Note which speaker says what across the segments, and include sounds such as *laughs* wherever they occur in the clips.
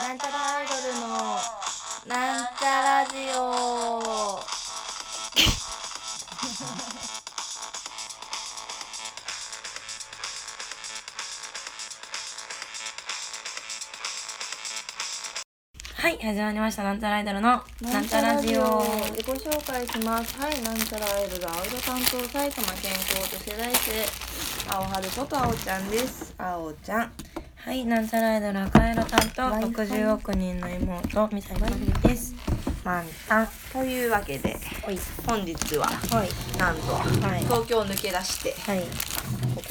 Speaker 1: なんちゃらアイドルのなんちゃラジオはい始まりましたなんちゃらアイドルのなんちゃラジオ
Speaker 2: 自己紹介しますはいなんちゃらアイドルアウト担当埼玉健康と世代生青春こと青ちゃんです青ちゃん
Speaker 1: はいなんちゃらアイドル赤色担当
Speaker 2: Wi-Fi
Speaker 1: 60億人の妹ミサイマミです満タン
Speaker 2: というわけで
Speaker 1: おい
Speaker 2: 本日は
Speaker 1: はい
Speaker 2: なんと、
Speaker 1: い
Speaker 2: 東京を抜け出して
Speaker 1: はい
Speaker 2: こ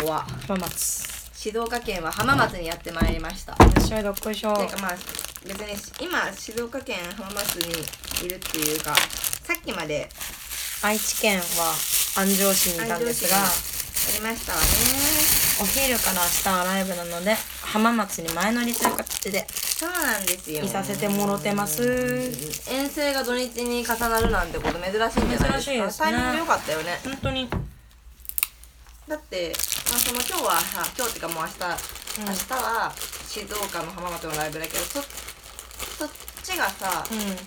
Speaker 2: こは
Speaker 1: 浜松
Speaker 2: 静岡県は浜松にやってまいりました
Speaker 1: 私はどっこいしょ
Speaker 2: てかまあ別に今静岡県浜松にいるっていうかさっきまで
Speaker 1: 愛知県は安城市にいたんですが
Speaker 2: 安城市にありましたわね
Speaker 1: お昼から明日はライブなので浜松に前乗りという形で
Speaker 2: そうなんですよ
Speaker 1: いさせてもろてます
Speaker 2: 遠征が土日に重なるなんてこと珍しいんじゃないですか
Speaker 1: 珍しいですね
Speaker 2: タイミング良かったよね
Speaker 1: 本当に
Speaker 2: だって、まあ、その今日はさ今日っていうかもう明日、
Speaker 1: うん
Speaker 2: 明日は静岡の浜松のライブだけどそそっちがさ、
Speaker 1: うんうん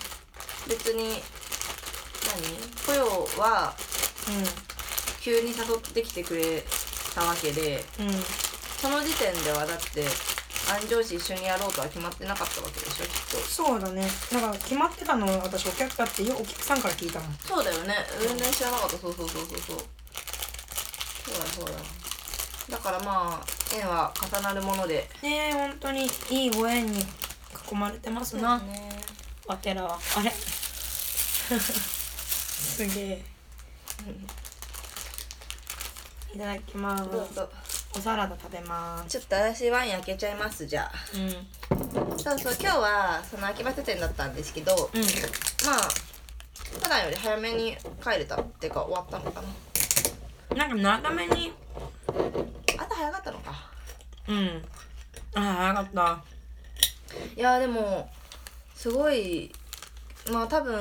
Speaker 2: 別に何豊は急に誘ってきてくれたわけで
Speaker 1: うん
Speaker 2: その時点ではだって安城市一緒にやろうとは決まってなかったわけでしょきっと
Speaker 1: そうだねだから決まってたのを私お客だってよお客さんから聞いたもん
Speaker 2: そうだよね全然知らなかったそうそうそうそうそうそうだそうだだからまあ縁は重なるもので
Speaker 1: ねえ本当にいいご縁に囲まれてますな、わてらはあれ *laughs* すげえいただきます
Speaker 2: どうぞ
Speaker 1: おサラダ食べます
Speaker 2: ちょっと私ワイン開けちゃいますじゃあ
Speaker 1: うんうん
Speaker 2: そうそう今日はその秋葉原店だったんですけど、まあ普段より早めに帰れたっていうか終わったのかな
Speaker 1: なんか長めに
Speaker 2: あと早かったのか
Speaker 1: うんあ早かった
Speaker 2: いやーでもすごいまあ多分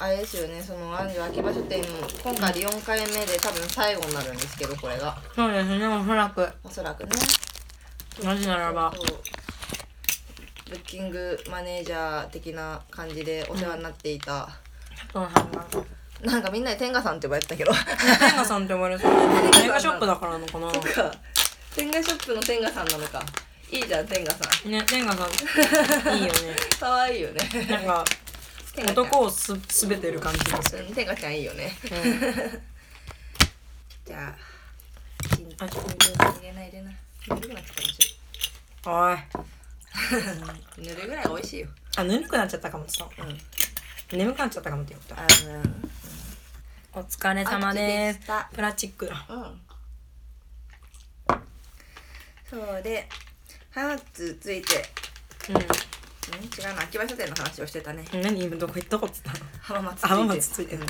Speaker 2: あれですよねその安城秋葉書店も今回で4回目で多分最後になるんですけどこれが
Speaker 1: そうですねおそらく
Speaker 2: おそらくね
Speaker 1: なぜならば
Speaker 2: そうブッキングマネージャー的な感じでお世話になっていた、
Speaker 1: 佐藤さんが
Speaker 2: なんかみんなで天下さんって呼ばれてたけど
Speaker 1: 天下さんって呼ばれそうだね映画ショップだからのかな
Speaker 2: *laughs* そっか天下ショップの天下さんなのかいいじゃん天下さん
Speaker 1: ね天下さんいいよね
Speaker 2: かわいいよね
Speaker 1: なんか
Speaker 2: 天下ちゃん
Speaker 1: *laughs* 男をすすべてる感じがする、
Speaker 2: うん天下ちゃんいいよね
Speaker 1: うん、
Speaker 2: *laughs* じゃあチン
Speaker 1: あちょっ
Speaker 2: 入れない入れないぬるくなっちゃったかもしれない
Speaker 1: とおい
Speaker 2: ぬるぐらい美味しいよ。
Speaker 1: あぬるくなっちゃったかもちょっ
Speaker 2: うん。
Speaker 1: と眠くなっちゃったかもって言った
Speaker 2: あ
Speaker 1: お疲れ様です
Speaker 2: 飽きてきた
Speaker 1: プラチックだ
Speaker 2: の、うん。そうで、浜松ついて、
Speaker 1: うん
Speaker 2: ん違うな、秋葉書店の話をしてたね。
Speaker 1: 何今どこ行ったこと言ったの
Speaker 2: 浜松ついて。
Speaker 1: 浜松ついてんだ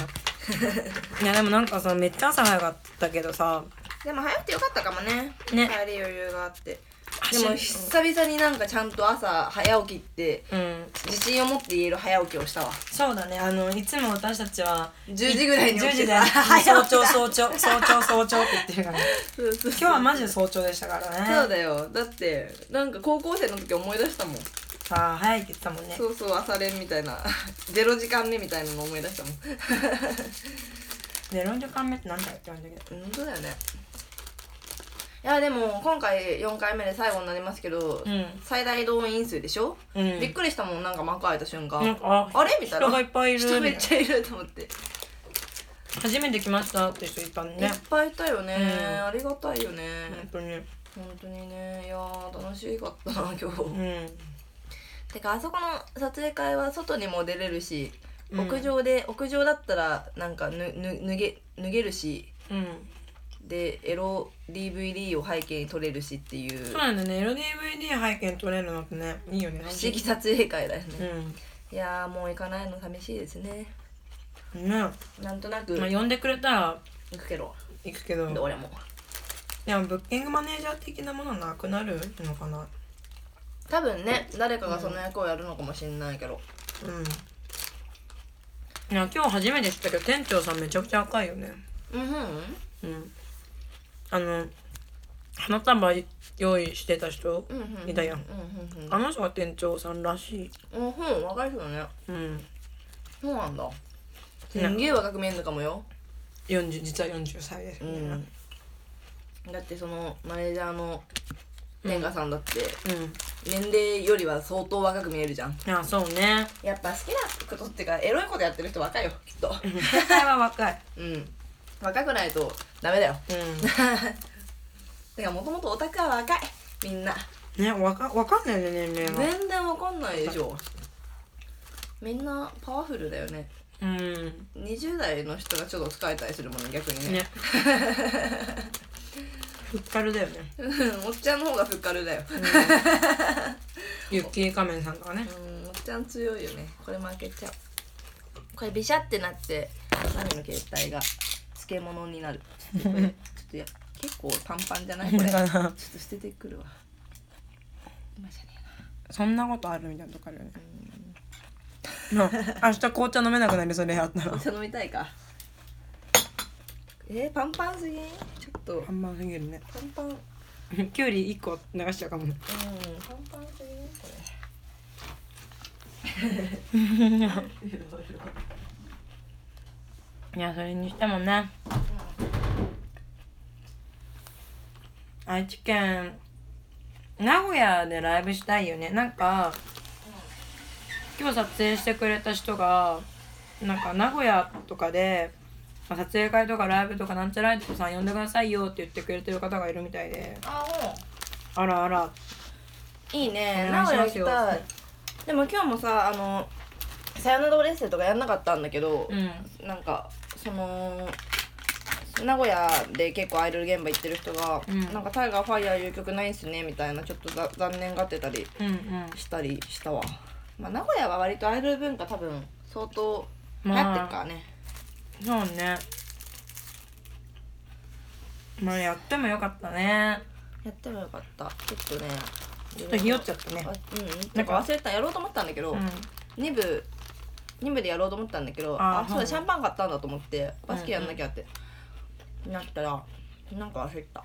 Speaker 1: いやでもなんかさめっちゃ朝早かったけどさ
Speaker 2: でも早くてよかったかもね。
Speaker 1: ね
Speaker 2: 帰り余裕があって。で
Speaker 1: 走
Speaker 2: も
Speaker 1: る
Speaker 2: 久々になんかちゃんと朝早起きって、
Speaker 1: うん
Speaker 2: 自信を持って言える早起きをしたわ。
Speaker 1: そうだねあのいつも私たちは
Speaker 2: 10時ぐらいに起
Speaker 1: 10
Speaker 2: き
Speaker 1: 時
Speaker 2: て
Speaker 1: で
Speaker 2: *laughs* た。
Speaker 1: 早
Speaker 2: 起き
Speaker 1: 朝早朝早朝早朝って言ってるから、ね、
Speaker 2: そうそう
Speaker 1: 今日はマジで早朝でしたからね
Speaker 2: そうだよ。だって、なんか高校生の時思い出したもん。
Speaker 1: さあ早いって言ってたもんね
Speaker 2: そうそう朝練みたいな *laughs* ゼロ時間目みたいなの思い出したもん
Speaker 1: でロンジョ目って何だよって言われたけ
Speaker 2: 本当だよねいやでも今回4回目で最後になりますけど、
Speaker 1: ど
Speaker 2: 最大動員数でしょ、
Speaker 1: うんうん
Speaker 2: びっくりしたもんなんか幕開いた瞬間、
Speaker 1: なんか
Speaker 2: あれみたいな
Speaker 1: 人がいっぱいいる
Speaker 2: 人めっちゃいると思って、
Speaker 1: 初めて来ましたって人いたん
Speaker 2: い
Speaker 1: ね
Speaker 2: っぱいいたよね、
Speaker 1: うん
Speaker 2: ありがたいよね、
Speaker 1: 本当にう
Speaker 2: 本当にねいやー楽しかったな今日、
Speaker 1: ん
Speaker 2: てかあそこの撮影会は外にも出れるし
Speaker 1: うん
Speaker 2: 屋上で、屋上だったらなんかぬぬ脱げ脱げるし
Speaker 1: うん
Speaker 2: でエロ DVD を背景に撮れるしっていう
Speaker 1: そうなんだね LDVD 背景取れるのってねいいよね
Speaker 2: 不思議撮影会だよ
Speaker 1: う
Speaker 2: ね、
Speaker 1: ん
Speaker 2: いやーもう行かないの寂しいですね
Speaker 1: ねまあ
Speaker 2: なんとなく行
Speaker 1: 呼んでくれたら
Speaker 2: くけど、
Speaker 1: 行くけど
Speaker 2: で俺も
Speaker 1: でもブッキングマネージャー的なものなくなるのかな
Speaker 2: 多分ね誰かがその役をやるのかもしれないけど、
Speaker 1: うんいや今日初めて知ったけど店長さんめちゃくちゃ赤いよね
Speaker 2: うん、うん
Speaker 1: うんあの花束用意してた人
Speaker 2: うんうんうん
Speaker 1: いたやん
Speaker 2: うんうん
Speaker 1: あの人が店長さんらしい
Speaker 2: うん本若い人だね
Speaker 1: うん
Speaker 2: そうなんだすんげえ若く見えるのかもよ
Speaker 1: 40実は40歳です
Speaker 2: う
Speaker 1: みたいなうん
Speaker 2: んだってそのマネージャーの天下さんだって年齢よりは相当若く見えるじゃん
Speaker 1: あそうね
Speaker 2: やっぱ好きなことっていうかエロいことやってる人若いよきっと
Speaker 1: 絶対は若い
Speaker 2: うん若くないとダメだよ
Speaker 1: う
Speaker 2: てかもともとオタクは若いみんなん
Speaker 1: ねわかわかんないよね年齢は
Speaker 2: 全然わかんないでしょみんなパワフルだよね
Speaker 1: うん
Speaker 2: 20代の人がちょっと疲れたりするもんね逆にね
Speaker 1: *laughs* ねふっかるだよね
Speaker 2: うん *laughs* おっちゃんの方がふっかるだよ
Speaker 1: ユッキー仮面さんとかね
Speaker 2: うんおっちゃん強いよねこれ負けちゃうこれビシャってなってマミの携帯が漬物になるこれちょっとや結構パンパンじゃ *laughs* ないこれちょっ
Speaker 1: な
Speaker 2: と捨ててくるわ今じゃね
Speaker 1: そんなことあるみたいなとこあるよね *laughs*
Speaker 2: えなうん
Speaker 1: な明日紅茶飲めなくなりそうであったら
Speaker 2: お茶飲みたいかえー、パンパンすぎんちょっと
Speaker 1: あんますぎるね
Speaker 2: パンパンう
Speaker 1: *laughs*
Speaker 2: ん
Speaker 1: きゅうり1個流しちゃうかもね
Speaker 2: パンパンすぎんこ
Speaker 1: いやそれにしてもね愛知県名古屋でライブしたいよねなんか今日撮影してくれた人がなんか名古屋とかでまあ撮影会とかライブとかなんちゃらいとかさん呼んでくださいよって言ってくれてる方がいるみたいで
Speaker 2: れあも
Speaker 1: あらあら
Speaker 2: ういいね
Speaker 1: お
Speaker 2: 名
Speaker 1: 願いし
Speaker 2: 古屋
Speaker 1: ま
Speaker 2: 行
Speaker 1: すよ
Speaker 2: きたいでも今日もさあのさよならオレッセとかやんなかったんだけど、
Speaker 1: うん
Speaker 2: なんかその名古屋で結構アイドル現場行ってる人が「
Speaker 1: うん
Speaker 2: なんかタイガーファイヤーいう曲ないんすね」みたいなちょっとざ残念がってたり
Speaker 1: うんうん
Speaker 2: したりしたわ、まあ、名古屋は割とアイドル文化多分相当流行ってるからね、
Speaker 1: そうねまあやってもよかったね
Speaker 2: やってもよかったちょっとねち
Speaker 1: ちょっとひよっちゃったね
Speaker 2: うんなんか忘れてたやろうと思ったんだけど、
Speaker 1: う
Speaker 2: 2部2部でやろうと思ったんだけどあ
Speaker 1: あー
Speaker 2: そう
Speaker 1: は
Speaker 2: だ
Speaker 1: い
Speaker 2: シャンパン買ったんだと思ってバスケやんなきゃって、なったらなんか忘れてた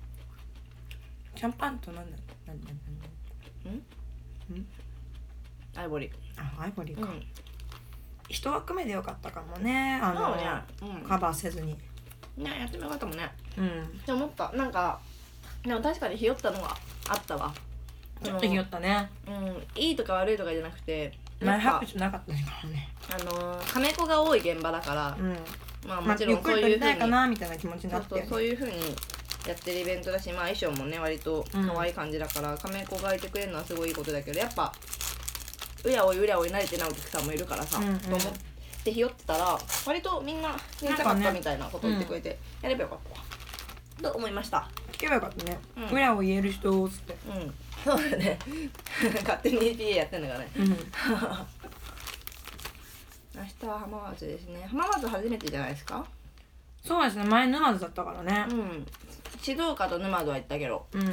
Speaker 1: んシャンパンとなんだなんだなんだ
Speaker 2: アイボリー
Speaker 1: あアイボリー
Speaker 2: う
Speaker 1: か、
Speaker 2: ん
Speaker 1: 一枠目でよかったかもねあ
Speaker 2: そう
Speaker 1: の
Speaker 2: ねうん
Speaker 1: カバーせずに
Speaker 2: ねやってもよかったもんね
Speaker 1: うん
Speaker 2: って思ったなんかでも確かにひよったのがあったわ
Speaker 1: ちょっとひよったね
Speaker 2: うんいいとか悪いとかじゃなくてな
Speaker 1: 前
Speaker 2: んか
Speaker 1: 拍手なかったからね
Speaker 2: あのー金子が多い現場だから
Speaker 1: う、ん
Speaker 2: まあ
Speaker 1: ま
Speaker 2: も
Speaker 1: あ
Speaker 2: ち
Speaker 1: ゆ
Speaker 2: ろ
Speaker 1: っ
Speaker 2: ん
Speaker 1: く
Speaker 2: そう
Speaker 1: り撮
Speaker 2: いう
Speaker 1: り
Speaker 2: ふう
Speaker 1: たいか
Speaker 2: に
Speaker 1: なみたいな気持ちに
Speaker 2: そ
Speaker 1: なっ
Speaker 2: う
Speaker 1: て
Speaker 2: そうそういうふうにやってるイベントだし、まあ、衣装もね割と可愛い感じだから、亀子がいてくれるのはすごいいいことだけどやっぱうやおいうやおい慣れてないお客さんもいるからさ、
Speaker 1: うんうん
Speaker 2: と思ってひよってたら割とみんなやりたか
Speaker 1: なんか
Speaker 2: った
Speaker 1: ね
Speaker 2: みたいなことを言ってくれて、やればよかったわと思いました
Speaker 1: 聞けばよかったね、
Speaker 2: うん
Speaker 1: 裏を言える人っつって
Speaker 2: うんそうだね *laughs* 勝手に EPA やってんだからね
Speaker 1: うん
Speaker 2: 明日は浜松ですね浜松初めてじゃないですか
Speaker 1: そうですね前沼津だったからね
Speaker 2: うん静岡と沼津は行ったけど
Speaker 1: うん、い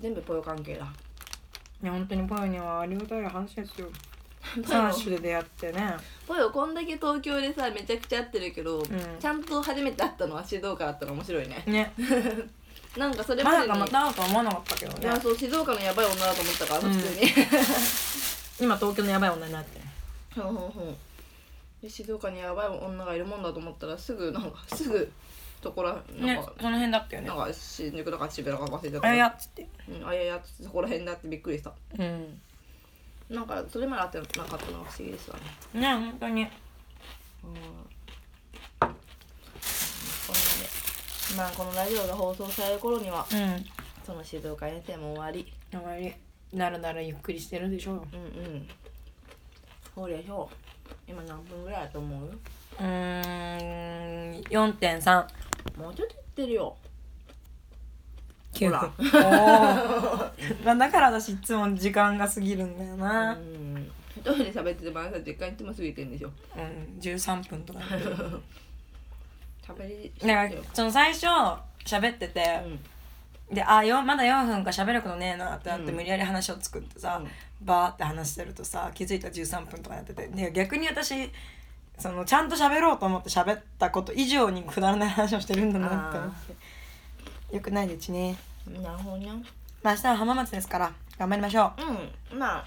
Speaker 2: 全部ポヨ関係だ
Speaker 1: や本当にポヨにはありがたい話ですよサーシュで出会ってね
Speaker 2: ぽよこんだけ東京でさめちゃくちゃ会ってるけど、ちゃんと初めて会ったのは静岡だったの面白いね
Speaker 1: ね
Speaker 2: なんかそれ
Speaker 1: ま
Speaker 2: まで
Speaker 1: さか
Speaker 2: に、
Speaker 1: また会うとは思わなかったけど
Speaker 2: いや
Speaker 1: ね
Speaker 2: そう静岡のやばい女だと思ったか
Speaker 1: う
Speaker 2: ら、
Speaker 1: ん
Speaker 2: 普通に *laughs*
Speaker 1: 今東京のやばい女になって
Speaker 2: ほんほんほんで静岡にやばい女がいるもんだと思ったらすぐなんかすぐとこらなん
Speaker 1: ね
Speaker 2: か、
Speaker 1: その辺だったよね
Speaker 2: なんか新宿だか渋谷だか忘れた
Speaker 1: あ
Speaker 2: け
Speaker 1: れ
Speaker 2: ど
Speaker 1: やっつって
Speaker 2: うんあいやいやそこら辺だってびっくりした
Speaker 1: うん
Speaker 2: なんかそれまで会ってなかったのが不思議ですわね
Speaker 1: ね本当に
Speaker 2: うんこんなでまあこのラジオが放送される頃には
Speaker 1: うん
Speaker 2: その静岡遠征も終わり
Speaker 1: 終わりなるならゆっくりしてるでしょう
Speaker 2: うんうんそうでしょう今何分ぐらいだと思う
Speaker 1: うーん4.39
Speaker 2: もうちょっといってるよ
Speaker 1: 分 *laughs*
Speaker 2: ほら
Speaker 1: おおまあだから私いつも時間が過ぎるんだよ
Speaker 2: う
Speaker 1: な、
Speaker 2: ん一人で喋っててもあなた実家にいつも過ぎてんでしょ
Speaker 1: うん13分とかだけど
Speaker 2: *laughs* 喋りして
Speaker 1: だ
Speaker 2: よ
Speaker 1: からその最初喋ってて、
Speaker 2: うん
Speaker 1: であよまだ4分か喋ることねえなってなって、
Speaker 2: うん
Speaker 1: 無理やり話を作ってさ、
Speaker 2: うん
Speaker 1: バーって話してるとさ気づいたら13分とかなっててで逆に私そのちゃんと喋ろうと思って喋ったこと以上にくだらない話をしてるんだなって思ってよくないでうちね
Speaker 2: なるほどね
Speaker 1: まあ明日は浜松ですから頑張りましょ
Speaker 2: うんまあ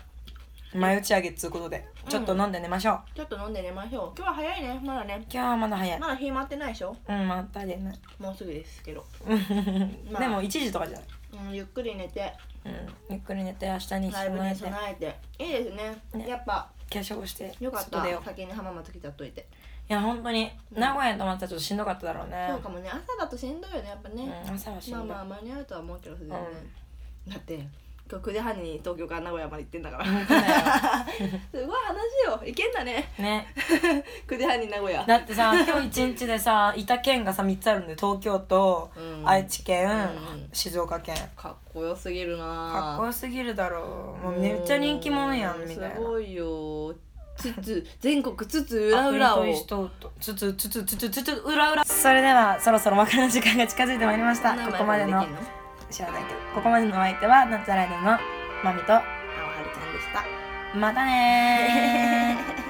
Speaker 1: う前打ち上げっつうことでちょっと飲んで寝ましょう、
Speaker 2: ちょっと飲んで寝ましょう今日は早いねまだね
Speaker 1: 今日はまだ早い
Speaker 2: まだ日回ってないでしょ
Speaker 1: うんまたでね
Speaker 2: もうすぐですけど、
Speaker 1: でも1時とかじゃない
Speaker 2: うん、ゆっくり寝て
Speaker 1: うんゆっくり寝て明日に
Speaker 2: ライブ
Speaker 1: 備え
Speaker 2: に
Speaker 1: て化
Speaker 2: 備えていいですね
Speaker 1: ね
Speaker 2: やっぱ
Speaker 1: 粧して
Speaker 2: よかっ
Speaker 1: 外出よう
Speaker 2: た先に浜松来ちゃっといて
Speaker 1: いや本当に
Speaker 2: うん
Speaker 1: 名古屋に泊まってたらちょっとしんどかっただろうね
Speaker 2: そうかもね朝だとしんどいよねやっぱね、
Speaker 1: うん、朝はしん
Speaker 2: ま
Speaker 1: ど
Speaker 2: あ
Speaker 1: い、
Speaker 2: まあ間に合うとは思うけどすでにね、だって今日9時半に東京から名古屋まで行ってんだからす
Speaker 1: 本当だよ
Speaker 2: ごい話よいけんだね
Speaker 1: ね
Speaker 2: 9時半に名古屋
Speaker 1: だって
Speaker 2: *laughs*
Speaker 1: さ今日一日でさいた県がさ3つあるんで東京と
Speaker 2: うん
Speaker 1: 愛知県、
Speaker 2: うん
Speaker 1: 静岡県
Speaker 2: かっこよすぎるな
Speaker 1: かっこよすぎるだろうもうめっちゃ人気者やんみたいな
Speaker 2: すごいよつつ全国つつ裏裏
Speaker 1: ア
Speaker 2: を
Speaker 1: フリカとつつつつつつつつ裏裏それではそろそろ別れの時間が近づいてまいりましたここまでの
Speaker 2: きん
Speaker 1: 知らないけどここまでのお相手はナッツアライドのまみと
Speaker 2: あおはるちゃんでした *laughs*
Speaker 1: またねー